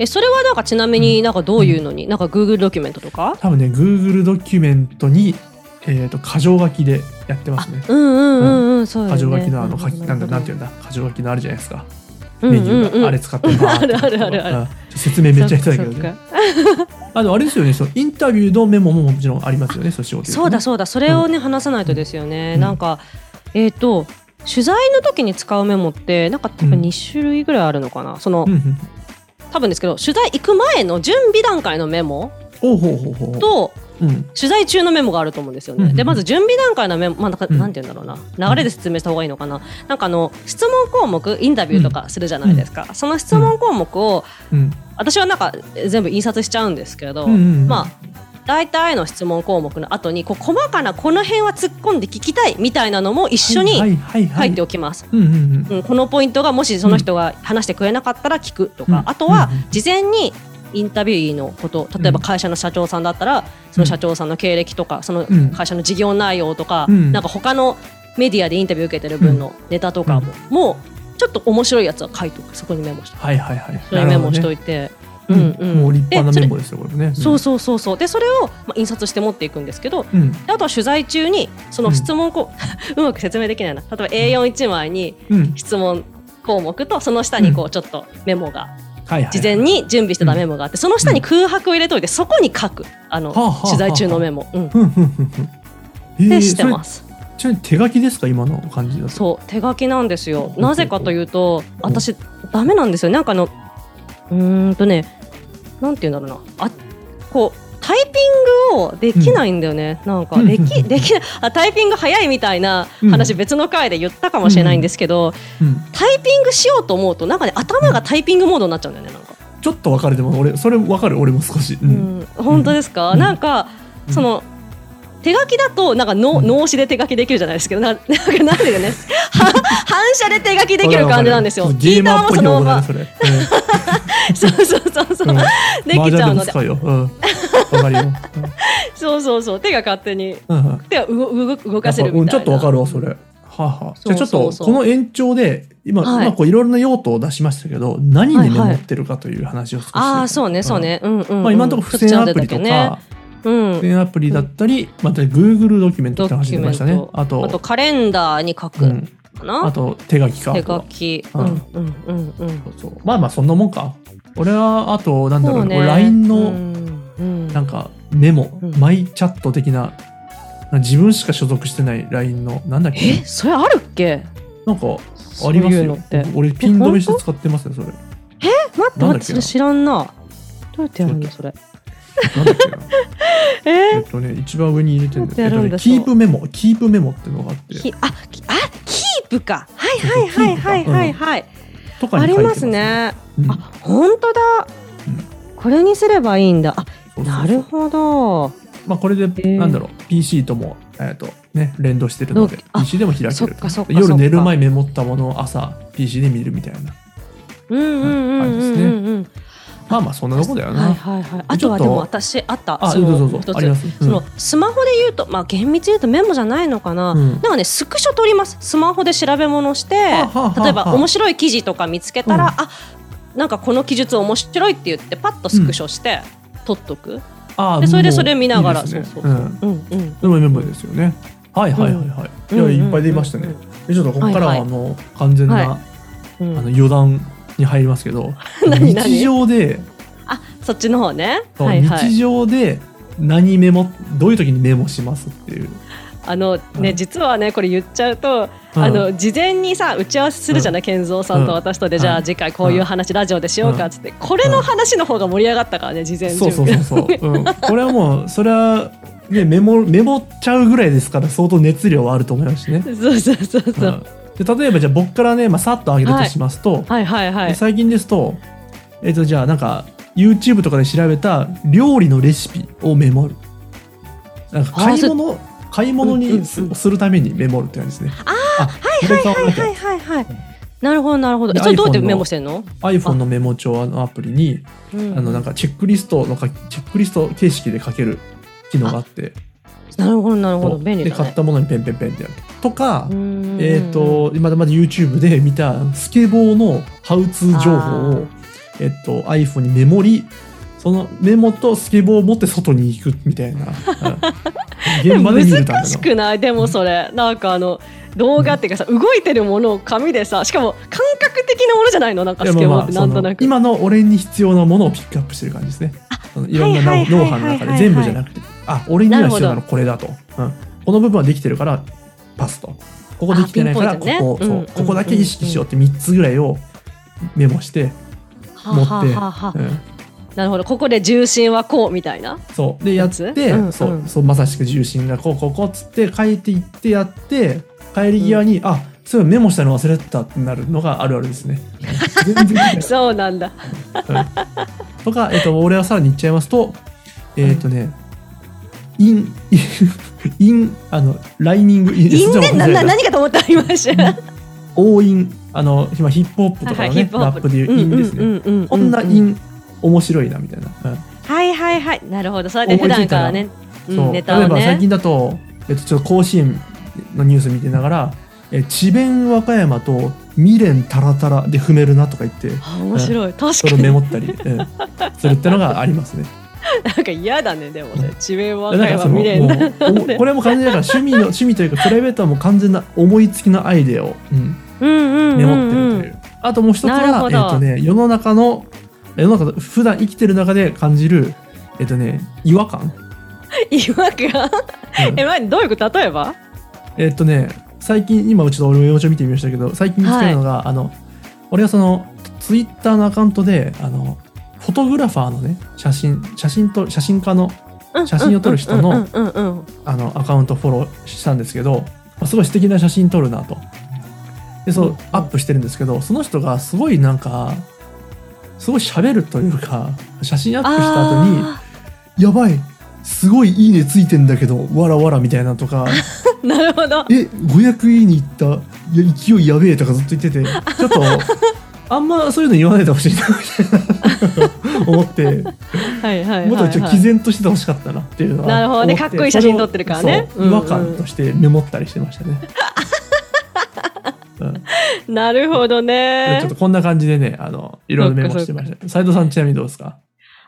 Speaker 2: えそれはなんかちなみになんかどういうのに、なんか Google ドキュメントとか
Speaker 1: 多分ね Google ドキュメントに、えー、と箇条書きでやってますね。
Speaker 2: うんうんうんうんそうよね
Speaker 1: 箇条書きのあの書きなんだなんていうんだ箇条書きのあるじゃないですか。メニューがあれ使ってるなーって
Speaker 2: うんうんうんあるあるあるある
Speaker 1: うんちょっと説明めっちゃ下手だけど
Speaker 2: そっかそっ
Speaker 1: ね
Speaker 2: か。
Speaker 1: あでもあれですよね。そのインタビューのメモももちろんありますよね。そう仕事でね
Speaker 2: そうだそうだそれをね、話さないとですよね、
Speaker 1: うん
Speaker 2: なんかえっ、と取材の時に使うメモってなんか多
Speaker 1: うん
Speaker 2: 分2種類ぐらいあるのかな、その
Speaker 1: うんうん。
Speaker 2: 多分ですけど取材行く前の準備段階のメモ
Speaker 1: おうほうほうほう。
Speaker 2: と
Speaker 1: うん。
Speaker 2: 取材中のメモがあると思うんですよ
Speaker 1: うんうん
Speaker 2: ね。
Speaker 1: うん
Speaker 2: でまず準備段階のメモ、まあ、なんか
Speaker 1: うん
Speaker 2: なんて言うんだろうな流れで説明した方がいいのかななんかあの質問項目インタビューとかするじゃないですか、その質問項目を
Speaker 1: うん。
Speaker 2: 私はなんか全部印刷しちゃうんですけど、
Speaker 1: うんうんうん
Speaker 2: まあ大体の質問項目の後にこう細かなこの辺は突っ込んで聞きたいみたいなのも一緒に
Speaker 1: はいはいは
Speaker 2: 書
Speaker 1: い
Speaker 2: い
Speaker 1: はい。
Speaker 2: ておきます。
Speaker 1: うんうんうん。
Speaker 2: うん、このポイントがもしその人が話してくれなかったら聞くとか、
Speaker 1: うん
Speaker 2: あとは
Speaker 1: うん
Speaker 2: 事前にインタビューのこと例えば会社の社長さんだったら、その社長さんの経歴とかその
Speaker 1: うん
Speaker 2: 会社の事業内容とか、
Speaker 1: うん
Speaker 2: なんか他のメディアでインタビュー受けてる分のネタとかも、もうちょっと面白いやつは書いとくそこにメモして
Speaker 1: はいはいはい。
Speaker 2: それにメモしと
Speaker 1: い
Speaker 2: いて、
Speaker 1: て
Speaker 2: うんうん
Speaker 1: もう立派な
Speaker 2: で
Speaker 1: メモですよ、これね。
Speaker 2: それそうそうそうそうでそれを、まあ、印刷して持っていくんですけど
Speaker 1: うん。うん。
Speaker 2: であとは取材中にその質問こう、う まく説明できないな例えば A41 枚に
Speaker 1: うん。
Speaker 2: 質問項目とその下にこうちょっとメモが、
Speaker 1: はいはい。
Speaker 2: 事前。に準備してたメモがあってその下に空白を入れといてそこに書くあの、
Speaker 1: はあはあ
Speaker 2: 取材中のメモ、うん、
Speaker 1: ふんふんふんふん。えー
Speaker 2: でしてます、
Speaker 1: それちなみに手書きですか、今の感じだと。
Speaker 2: そう手書きなんですよなぜかというと
Speaker 1: うん
Speaker 2: 私ダメなんですよなんかあのうーんとねなんて言うんだろうなあこうタイピングをできないんだよね、なんかできできないあタイピング早いみたいな話、
Speaker 1: うん
Speaker 2: 別の回で言ったかもしれないんですけど、
Speaker 1: うん。
Speaker 2: タイピングしようと思うとなんかね頭がタイピングモードになっちゃうんだよねなんか、
Speaker 1: ちょっと分かれてます。俺、それ分かる、俺も少し。う。
Speaker 2: うんん、本当ですか、
Speaker 1: うん
Speaker 2: なんか、
Speaker 1: うん
Speaker 2: その手書きだとなんかの脳死で手書きできるじゃないですけどななん かなんて いうかねは反射で手書きできる感じなんですよ。
Speaker 1: ゲーマーっぽい用語だね
Speaker 2: ギ
Speaker 1: それ。うん
Speaker 2: ターもそのままそう
Speaker 1: うん
Speaker 2: そうそうそう、できちゃ
Speaker 1: 麻雀
Speaker 2: うので
Speaker 1: も使うよ。うん。わかるよ。
Speaker 2: そうそうそう手が勝手に
Speaker 1: うんうん。
Speaker 2: 手を動動動かせる
Speaker 1: う
Speaker 2: み
Speaker 1: ん
Speaker 2: た
Speaker 1: ち
Speaker 2: い
Speaker 1: ょ
Speaker 2: な。
Speaker 1: っとわかるわそれ。はあはあじ
Speaker 2: そ
Speaker 1: ゃあ
Speaker 2: う
Speaker 1: ちょっ
Speaker 2: そ
Speaker 1: と
Speaker 2: うそう
Speaker 1: この延長で今、
Speaker 2: はい
Speaker 1: 今こういろいろな用途を出しましたけど何にメモってるかという話を少し、
Speaker 2: ああそうねそうねうんうん、うん
Speaker 1: まあ、今のところ付箋アプリとか、
Speaker 2: うん
Speaker 1: 付箋アプリだったり、また Google ドキュメントって話出ましたね
Speaker 2: ドキュメント
Speaker 1: あと
Speaker 2: あとカレンダーに書く
Speaker 1: うん、
Speaker 2: かな、
Speaker 1: あと手書きか
Speaker 2: 手書き
Speaker 1: う
Speaker 2: うんんうんうんうん
Speaker 1: そうそうまあまあそんなもんか俺はあとなんだろ
Speaker 2: そうう
Speaker 1: ね
Speaker 2: ね
Speaker 1: LINE
Speaker 2: う
Speaker 1: の
Speaker 2: んうん
Speaker 1: なんかメモ、
Speaker 2: うん
Speaker 1: マイチャット的ななんか自分しか所属してない LINE のなんだっけ
Speaker 2: えそれあるっけ
Speaker 1: なんかあります
Speaker 2: そういうの
Speaker 1: よ
Speaker 2: って
Speaker 1: 俺ピン止めして使ってますねそれ
Speaker 2: 待って
Speaker 1: なんだ
Speaker 2: 待っ
Speaker 1: っけな
Speaker 2: てそれ知らんなどうやってやるのそれ
Speaker 1: なんだっ けなえ
Speaker 2: え
Speaker 1: っとね、一番上に入れてるんだ
Speaker 2: どうや
Speaker 1: け
Speaker 2: って
Speaker 1: ど、
Speaker 2: やる
Speaker 1: えっとね
Speaker 2: んだ
Speaker 1: キープメモ、キープメモっていうのがあって、
Speaker 2: きあきあキープかはいはいはいはいはいはい、
Speaker 1: とか
Speaker 2: あ
Speaker 1: に書い
Speaker 2: り
Speaker 1: て
Speaker 2: ます。ね
Speaker 1: うん
Speaker 2: あ本当だ、これにすればいいんだあ
Speaker 1: そうそうそう
Speaker 2: なるほど
Speaker 1: まあこれで、
Speaker 2: ー
Speaker 1: なんだろう、PC とも、えっとね、連動してるので
Speaker 2: どうあ
Speaker 1: PC でも開ける
Speaker 2: そっかそっかそ
Speaker 1: 夜
Speaker 2: っか
Speaker 1: 寝る前にメモったものを朝 PC で見るみたいな
Speaker 2: うんうんうんうんうんうん
Speaker 1: まあまあそんなとこだよな、
Speaker 2: はいはいはい。あ
Speaker 1: ちょ
Speaker 2: と
Speaker 1: っと
Speaker 2: はでも私あった。
Speaker 1: あ
Speaker 2: その
Speaker 1: どうぞどうぞ
Speaker 2: 一つ
Speaker 1: ありますうん
Speaker 2: そのスマホで言うとまあ厳密に言うとメモじゃないのかな。
Speaker 1: うん
Speaker 2: なんかねスクショ取ります。スマホで調べ物して
Speaker 1: あはあ
Speaker 2: 例えば
Speaker 1: はあ
Speaker 2: 面白い記事とか見つけた
Speaker 1: うん
Speaker 2: らあなんかこの記述面白いって言ってパッとスクショして取っとく。
Speaker 1: あー
Speaker 2: でそれで
Speaker 1: もう
Speaker 2: それ見ながら
Speaker 1: いいですね
Speaker 2: そうそうそ
Speaker 1: ん
Speaker 2: うんうん。
Speaker 1: それもメモですよねはいはいはいはい、
Speaker 2: うん
Speaker 1: いやいっぱい出ましたね、
Speaker 2: うんうん
Speaker 1: でちょっとここからは
Speaker 2: はい
Speaker 1: あ
Speaker 2: はい
Speaker 1: の完全な、
Speaker 2: は
Speaker 1: あ
Speaker 2: う
Speaker 1: の
Speaker 2: ん
Speaker 1: 余談に入りますけど
Speaker 2: 何何
Speaker 1: 日常で
Speaker 2: あそっちの方ね。
Speaker 1: そう
Speaker 2: はいはい
Speaker 1: 日。常で何メモどういう時にメモしますっていう、
Speaker 2: あの
Speaker 1: う
Speaker 2: ね
Speaker 1: ん
Speaker 2: 実はねこれ言っちゃうと。
Speaker 1: うん
Speaker 2: あの事前にさ打ち合わせするじゃない、健三さんと私とで、
Speaker 1: うん
Speaker 2: じゃ
Speaker 1: う
Speaker 2: あ
Speaker 1: ん
Speaker 2: 次回こういう話、ラジオでしようかっつってこれの話の方が盛り上がったからね事前
Speaker 1: そう
Speaker 2: 準
Speaker 1: そうそう
Speaker 2: 備
Speaker 1: そう、うん、これはもうそれは、ね、メモメモっちゃうぐらいですから相当熱量はあると思いますしね、
Speaker 2: そうそうそうそう
Speaker 1: うんで例えばじゃあ僕からね、まあ、さっと上げるとしますと、
Speaker 2: はいはいは
Speaker 1: で
Speaker 2: い
Speaker 1: 最近ですとえっ、とじゃあなんか YouTube とかで調べた料理のレシピをメモるなんか買い物買い物にす,、
Speaker 2: うんうんうん
Speaker 1: するためにメモるって感じですねああはい
Speaker 2: はいはいはいはいなるほどなるほど
Speaker 1: で
Speaker 2: えそれどうやって
Speaker 1: iPhone の
Speaker 2: メモしてんの、
Speaker 1: iPhone のメモ帳のアプリに
Speaker 2: うん
Speaker 1: あのなんかチェックリストのかチェックリスト形式で書ける機能があって
Speaker 2: なるほどなるほど
Speaker 1: そう
Speaker 2: 便利
Speaker 1: で
Speaker 2: だ
Speaker 1: 買っ
Speaker 2: ね
Speaker 1: たものにペンペンペンってやるとか、え
Speaker 2: え
Speaker 1: っ、とまだまだ YouTube で見たスケボーのハウツー情報をえっと iPhone にメモりそのメモとスケボーを持って外に行くみたい なうん現場で見るため
Speaker 2: 難しくないでもそれなんかあの動画っていうかさ動いてるものを紙でさしかも感覚的なものじゃないのなんか
Speaker 1: の
Speaker 2: ス
Speaker 1: い
Speaker 2: ケ
Speaker 1: やま
Speaker 2: ボ
Speaker 1: あ
Speaker 2: ー
Speaker 1: ま
Speaker 2: っ
Speaker 1: あ
Speaker 2: てなんとな
Speaker 1: その
Speaker 2: く、
Speaker 1: 今の俺に必要なものをピックアップしてる感じですねそのいろんな
Speaker 2: は
Speaker 1: 脳
Speaker 2: いはい
Speaker 1: 脳
Speaker 2: はい
Speaker 1: 波の
Speaker 2: はいはい
Speaker 1: 中で全部じゃなくてあ俺には必要な
Speaker 2: な
Speaker 1: の
Speaker 2: る
Speaker 1: これだと、うん、この部分はできてるからパスとここできてないから
Speaker 2: あ
Speaker 1: ここ、
Speaker 2: ピンポイント
Speaker 1: そう
Speaker 2: ねうんうん
Speaker 1: ここだけ意識しようって3つぐらいをメモして、持って
Speaker 2: はあはあはあ
Speaker 1: うん、
Speaker 2: なるほどここで重心はこうみたいな
Speaker 1: そうでやって、
Speaker 2: やつうん
Speaker 1: そう
Speaker 2: うん
Speaker 1: そうまさしく重心がこうこうこうっつって書いていってやって帰り際に、あそういえばメモしたの忘れてたってなるのがあるあるです ね。全然できないうん
Speaker 2: そうなんだ
Speaker 1: とか、えっと、俺はさらに言っちゃいますとえっ、とねイン インあのライニングイン
Speaker 2: 因
Speaker 1: ちょっと
Speaker 2: 縁
Speaker 1: 間
Speaker 2: な
Speaker 1: 違え
Speaker 2: な
Speaker 1: た
Speaker 2: 何かと思った今一瞬
Speaker 1: うん応印あの今ヒップホップとか
Speaker 2: はい
Speaker 1: の
Speaker 2: ヒ
Speaker 1: ね、
Speaker 2: ップホ
Speaker 1: ラ
Speaker 2: ッ
Speaker 1: ッ
Speaker 2: プ
Speaker 1: プでいうインですね。
Speaker 2: うんうんうんうんうん
Speaker 1: こんなイン面白いなみたいな。うん
Speaker 2: はいはいはいなるほどそれで普段からね
Speaker 1: そう
Speaker 2: うんネタを
Speaker 1: 例えば最
Speaker 2: ね
Speaker 1: 近だと、えっと、ちょっと甲子園のニュース見てながら「え智弁和歌山」と「未練たらたら」で踏めるなとか言って
Speaker 2: あ面白い確
Speaker 1: そ
Speaker 2: か
Speaker 1: れを
Speaker 2: に
Speaker 1: メモったり、うんするってのがありますね。
Speaker 2: なんか嫌だねでもね智弁 和
Speaker 1: だからそ
Speaker 2: 歌山
Speaker 1: の
Speaker 2: 未練
Speaker 1: もう
Speaker 2: だ
Speaker 1: おこれはもう完全にだから趣 味の趣味というかプライベートはもう完全な思いつきのアイデアを、うん
Speaker 2: うんうん
Speaker 1: メモってるという。あともう一つ
Speaker 2: なる
Speaker 1: は
Speaker 2: ほ
Speaker 1: えっ、
Speaker 2: ど
Speaker 1: とね世の中の世の中の普段生きてる中で感じるえっ、とね違和感。
Speaker 2: 今が
Speaker 1: うん
Speaker 2: え前どういうこと例えば
Speaker 1: えっとね最近今うちょっと俺も幼鳥見てみましたけど最近見つけるのが、あの俺がそのツイッターのアカウントであのフォトグラファーのね写真写真と写真家の
Speaker 2: うん
Speaker 1: 写真を撮る人の
Speaker 2: うんうんうんうん
Speaker 1: あのアカウントフォローしたんですけど、まあすごい素敵な写真撮るなとでそう
Speaker 2: うん
Speaker 1: アップしてるんですけどその人がすごいなんかすごい喋るというか写真アップした後に
Speaker 2: あ
Speaker 1: やばいすごいいいねついてんだけどわらわらみたいなとか
Speaker 2: なるほど
Speaker 1: え500いいねいったいや勢いやべえとかずっと言っててちょ っとあんまそういうの言わないでほしいなみた いな思って
Speaker 2: はいはいはい、はい、
Speaker 1: もっとちょっと毅然としててほしかったなっていうのは
Speaker 2: なるほどね
Speaker 1: 思
Speaker 2: かっこいい写真撮ってるからね
Speaker 1: それをそう違和感としてメモったりしてま したね、うん
Speaker 2: なるほどね
Speaker 1: ちょっとこんな感じでねあのいろいろメモしてました斉藤さんちなみにどうですか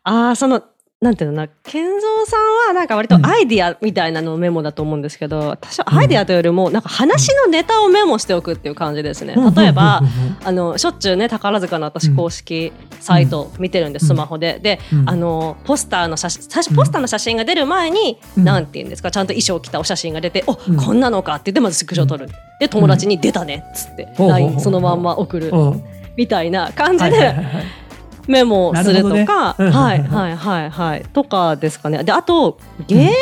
Speaker 2: ああそのなんていうのかな健三さんはなんか割
Speaker 1: う
Speaker 2: と
Speaker 1: ん
Speaker 2: アイディアみたいなのをメモだと思うんですけど、私はアイディアというよりもなんか話のネタをメモしておくっていう感じですね、例えば、あのしょっちゅうね宝塚の私公式サイト見てるんです、
Speaker 1: うん
Speaker 2: スマホで。で、
Speaker 1: うん
Speaker 2: あのポスターの写真最初ポスターの写真が出る前に、
Speaker 1: うん
Speaker 2: なんて言うんですかちゃんと衣装着たお写真が出て「お、
Speaker 1: うん
Speaker 2: こんなのか」って言ってまずスクショ撮る。で友達に「出たね」っつって
Speaker 1: うん
Speaker 2: LINE そのまんま送る
Speaker 1: うん
Speaker 2: みたいな感じ
Speaker 1: はいはいはい
Speaker 2: で
Speaker 1: はい
Speaker 2: メモをすると
Speaker 1: な
Speaker 2: か、
Speaker 1: るほどねうん
Speaker 2: はいはいはいはいとかですかねであとゲーム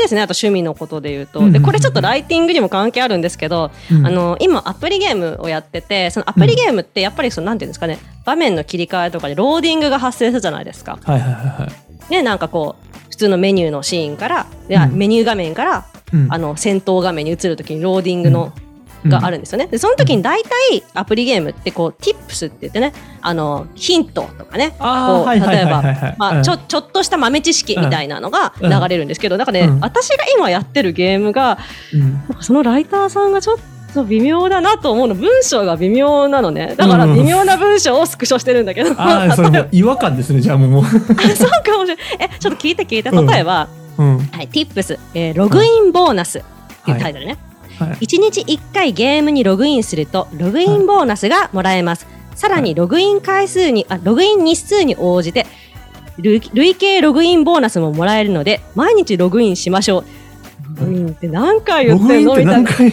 Speaker 2: ですねあと趣味のことで言うと、
Speaker 1: うん
Speaker 2: でこれちょっとライティングにも関係あるんですけど、
Speaker 1: うん
Speaker 2: あの今アプリゲームをやっててそのアプリゲームってやっぱりそのなんていうんですかね画面の切り替えとかでローディングが発生するじゃないですか。
Speaker 1: はいはいはいはい
Speaker 2: ねなんかこう普通のメニューのシーンからいや
Speaker 1: うん
Speaker 2: メニュー画面から
Speaker 1: うん
Speaker 2: あの戦闘画面に移る時にローディングの、
Speaker 1: うん
Speaker 2: があるんですよね。でその時に大体アプリゲームってこう Tips って言ってねあのヒントとかね
Speaker 1: あー
Speaker 2: こう
Speaker 1: はいはい
Speaker 2: 例え
Speaker 1: はいはい
Speaker 2: ば。
Speaker 1: はい
Speaker 2: ま
Speaker 1: う
Speaker 2: あ、
Speaker 1: ん
Speaker 2: ちょちょっとした豆知識みたいなのが流れるんですけど、なんかね、
Speaker 1: うん
Speaker 2: 私が今やってるゲームが
Speaker 1: うん
Speaker 2: なんかそのライターさんがちょっと微妙だなと思うの文章が微妙なのねだから
Speaker 1: うん
Speaker 2: 微妙な文章をスクショしてるんだけど、
Speaker 1: ああそれもう違和感ですねじゃあもうも
Speaker 2: そうかもしれないえちょっと聞いて聞いて
Speaker 1: うん
Speaker 2: 例えば、
Speaker 1: う、うん、
Speaker 2: はい、Tips、えーログインボーナスっていうタイトルね、
Speaker 1: はい
Speaker 2: 1日1回ゲームにログインするとログインボーナスがもらえます、さら
Speaker 1: はい
Speaker 2: にログイン回数にあログイン日数に応じて累累計ログインボーナスももらえるので毎日ログインしましょうログインって何回言
Speaker 1: ロ
Speaker 2: っ
Speaker 1: グ
Speaker 2: て
Speaker 1: イ
Speaker 2: ん
Speaker 1: ンっ
Speaker 2: の
Speaker 1: て
Speaker 2: みた
Speaker 1: 何
Speaker 2: いな
Speaker 1: 回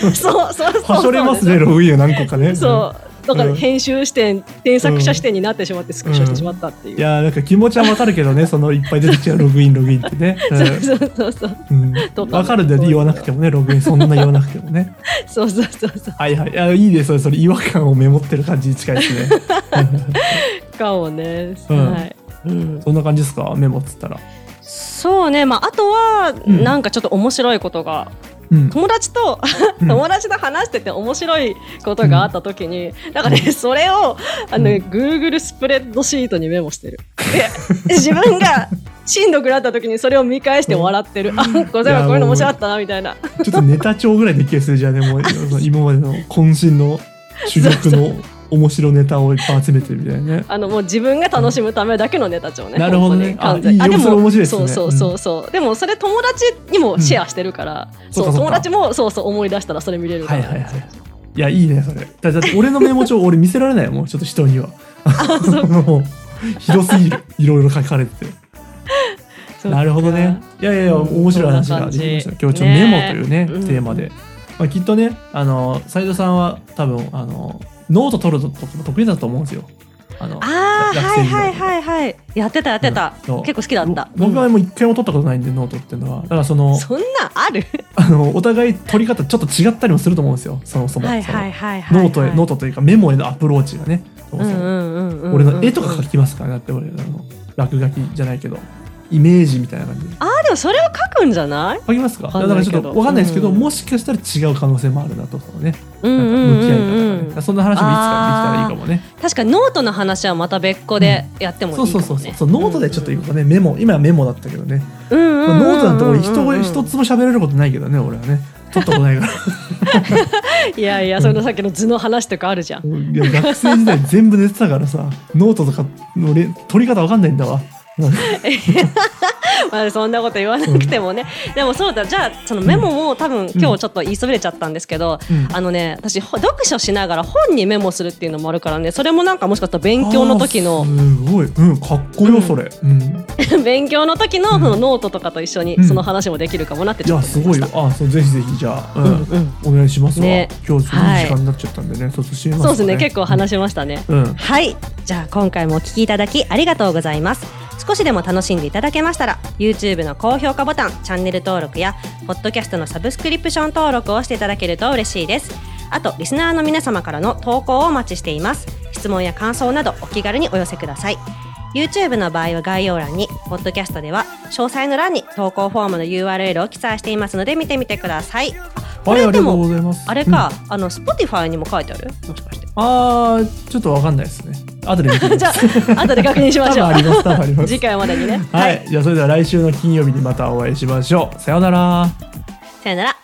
Speaker 2: そうそうそう
Speaker 1: はし
Speaker 2: そ
Speaker 1: ょ
Speaker 2: う
Speaker 1: れます
Speaker 2: で
Speaker 1: ね
Speaker 2: しょ
Speaker 1: ログインを何個かね
Speaker 2: そうだか
Speaker 1: う
Speaker 2: ら
Speaker 1: ん
Speaker 2: 編集視点添削者視点になってしまってスクショしてしまったっていう。
Speaker 1: いやーなんか気持ちはわかるけどねそのいっぱい出てきちゃうログインログインってね、
Speaker 2: そうそうそうそう
Speaker 1: うん
Speaker 2: と
Speaker 1: うん、
Speaker 2: か
Speaker 1: わかるんだよね言わなくてもねログインそんな言わなくてもね
Speaker 2: そうそうそうそう
Speaker 1: はいはいいやいいですそれそれ違和感をメモってる感じに近いですね
Speaker 2: かもね、
Speaker 1: うん
Speaker 2: はい、うん、
Speaker 1: そんな感じですかメモっつったら
Speaker 2: そうねまああとは
Speaker 1: ん
Speaker 2: なんかちょっと面白いことが、
Speaker 1: うん
Speaker 2: 友達と
Speaker 1: うん
Speaker 2: 友達と話してて面白いことがあった時に、なんかねそれをあの、
Speaker 1: うん
Speaker 2: Google スプレッドシートにメモしてるで 自分がしんどくなった時にそれを見返して笑ってる、あこれ
Speaker 1: いや
Speaker 2: こういうの面白かったなみたいな
Speaker 1: ちょっとネタ帳ぐらいできるですねじゃあねもうその今までの渾身の主力の面白ネタをいっぱい集めてるみたいなね
Speaker 2: あのもう自分が楽しむためだけのネタ帳ね。
Speaker 1: なるほどね
Speaker 2: 本当に完全に
Speaker 1: あいいよそれ面白いですね
Speaker 2: そうそうそうそう。でもそれ友達にもシェアしてるから、
Speaker 1: ん
Speaker 2: そ
Speaker 1: そうっかそっ
Speaker 2: 友
Speaker 1: か
Speaker 2: 達もそうそう思い出したらそれ見れるか
Speaker 1: は
Speaker 2: ら。
Speaker 1: いはいはいいやいいねそれだだって俺のメモ帳俺見せられないもんちょっと人には
Speaker 2: そう
Speaker 1: もうひどすぎるいろいろ書かれてて
Speaker 2: そう
Speaker 1: なるほどねいやいやいや
Speaker 2: うん
Speaker 1: 面白い話ができました今日ちょっとメモというね
Speaker 2: ねうん
Speaker 1: テーマで、まあ、きっとねあの斉藤さんは多分あのノート取るのとかも得意だと思うんですよあの
Speaker 2: ああ
Speaker 1: 学
Speaker 2: はい
Speaker 1: 生時代
Speaker 2: はいはいはい。やってたやってた。
Speaker 1: うんそう
Speaker 2: 結構好きだった。
Speaker 1: ぼ僕は
Speaker 2: うん
Speaker 1: もう一回も取ったことないんでノートっていうのはだからその
Speaker 2: そんなんある。
Speaker 1: あのお互い取り方ちょっと違ったりもすると思うんですよそもそも、
Speaker 2: はいはいはい
Speaker 1: そ
Speaker 2: は
Speaker 1: の
Speaker 2: い。
Speaker 1: ノートへ、ノートというかメモへのアプローチがねそも
Speaker 2: う
Speaker 1: そ
Speaker 2: ん
Speaker 1: も
Speaker 2: うんうんうんうん。
Speaker 1: 俺の絵とか描きますからねだって俺あの落書きじゃないけどイメージみたいな感じで
Speaker 2: あーでもそれを書くんじゃない？
Speaker 1: 描きますか
Speaker 2: わかん
Speaker 1: だか
Speaker 2: な
Speaker 1: ら
Speaker 2: い
Speaker 1: ち
Speaker 2: け
Speaker 1: ょ
Speaker 2: ど
Speaker 1: っとわかんないですけど、
Speaker 2: うん
Speaker 1: もしかしたら違う可能性もあるなとそのね
Speaker 2: うん
Speaker 1: なん
Speaker 2: う
Speaker 1: か
Speaker 2: ん
Speaker 1: 向
Speaker 2: う
Speaker 1: き合い方がね、
Speaker 2: んうん。
Speaker 1: そんな話もいつかできたらいいかもね
Speaker 2: 確かにノートの話はまた別個でやってもいいか
Speaker 1: そう
Speaker 2: もね。
Speaker 1: そうそうそうそうノートでちょっと一個ねメモ今はメモだったけどね、
Speaker 2: うんうんうんうんうん
Speaker 1: ノートなんて俺一言一つも喋れることないけどね俺はね取ったことないから
Speaker 2: いやいや、そのさっきの図の話とかあるじゃん。
Speaker 1: いや学生時代全部寝てたからさノートとかのれ取り方わかんないんだわ
Speaker 2: まあ、そんなこと言わなくてもね。でもそうだ、じゃあ、そのメモも多分今日ちょっと言いそびれちゃったんですけど、
Speaker 1: うん
Speaker 2: あのね、私、ほ読書しながら本にメモするっていうのもあるからね、それもなんかもしかしたら勉強の時
Speaker 1: あ
Speaker 2: の、
Speaker 1: ーすごい、うん、かっこよそれ、うん
Speaker 2: 勉強の時のそのノートとかと一緒
Speaker 1: う
Speaker 2: に
Speaker 1: ん
Speaker 2: その話もできるかもなって
Speaker 1: い
Speaker 2: ちょ
Speaker 1: や
Speaker 2: っと
Speaker 1: す
Speaker 2: 思いま
Speaker 1: ごいよ
Speaker 2: した。
Speaker 1: あそうぜひぜひじゃあ、うん
Speaker 2: うんうん
Speaker 1: お願いしますわ、
Speaker 2: ね
Speaker 1: 今日ちょっといい
Speaker 2: はい
Speaker 1: 時間になっちゃったんでね、そうそう締めますか
Speaker 2: そ
Speaker 1: ね
Speaker 2: うですね、結構話しましたね。
Speaker 1: うん
Speaker 2: はいじゃあ今回もお聞きいただきありがとうございます少しでも楽しんでいただけましたら YouTube の高評価ボタンチャンネル登録やポッドキャストのサブスクリプション登録をしていただけると嬉しいですあとリスナーの皆様からの投稿をお待ちしています質問や感想などお気軽にお寄せください YouTube の場合は概要欄に、ポッドキャストでは詳細の欄に投稿フォームの URL を記載していますので見てみてください。こ
Speaker 1: はい、
Speaker 2: れ
Speaker 1: あり
Speaker 2: で
Speaker 1: がとう
Speaker 2: も
Speaker 1: ございます。
Speaker 2: あれ
Speaker 1: うん
Speaker 2: か、あの Spotify にも書いてある？もしかして。
Speaker 1: あー、ちょっとわかんないですね。後で見てみます。
Speaker 2: じゃ あ後で確認しましょ
Speaker 1: 多分あります多分ありま
Speaker 2: う。
Speaker 1: す
Speaker 2: 次回までにね。
Speaker 1: はい、じゃあそれでは来週の金曜日にまたお会いしましょう。さようなら。
Speaker 2: さよなら。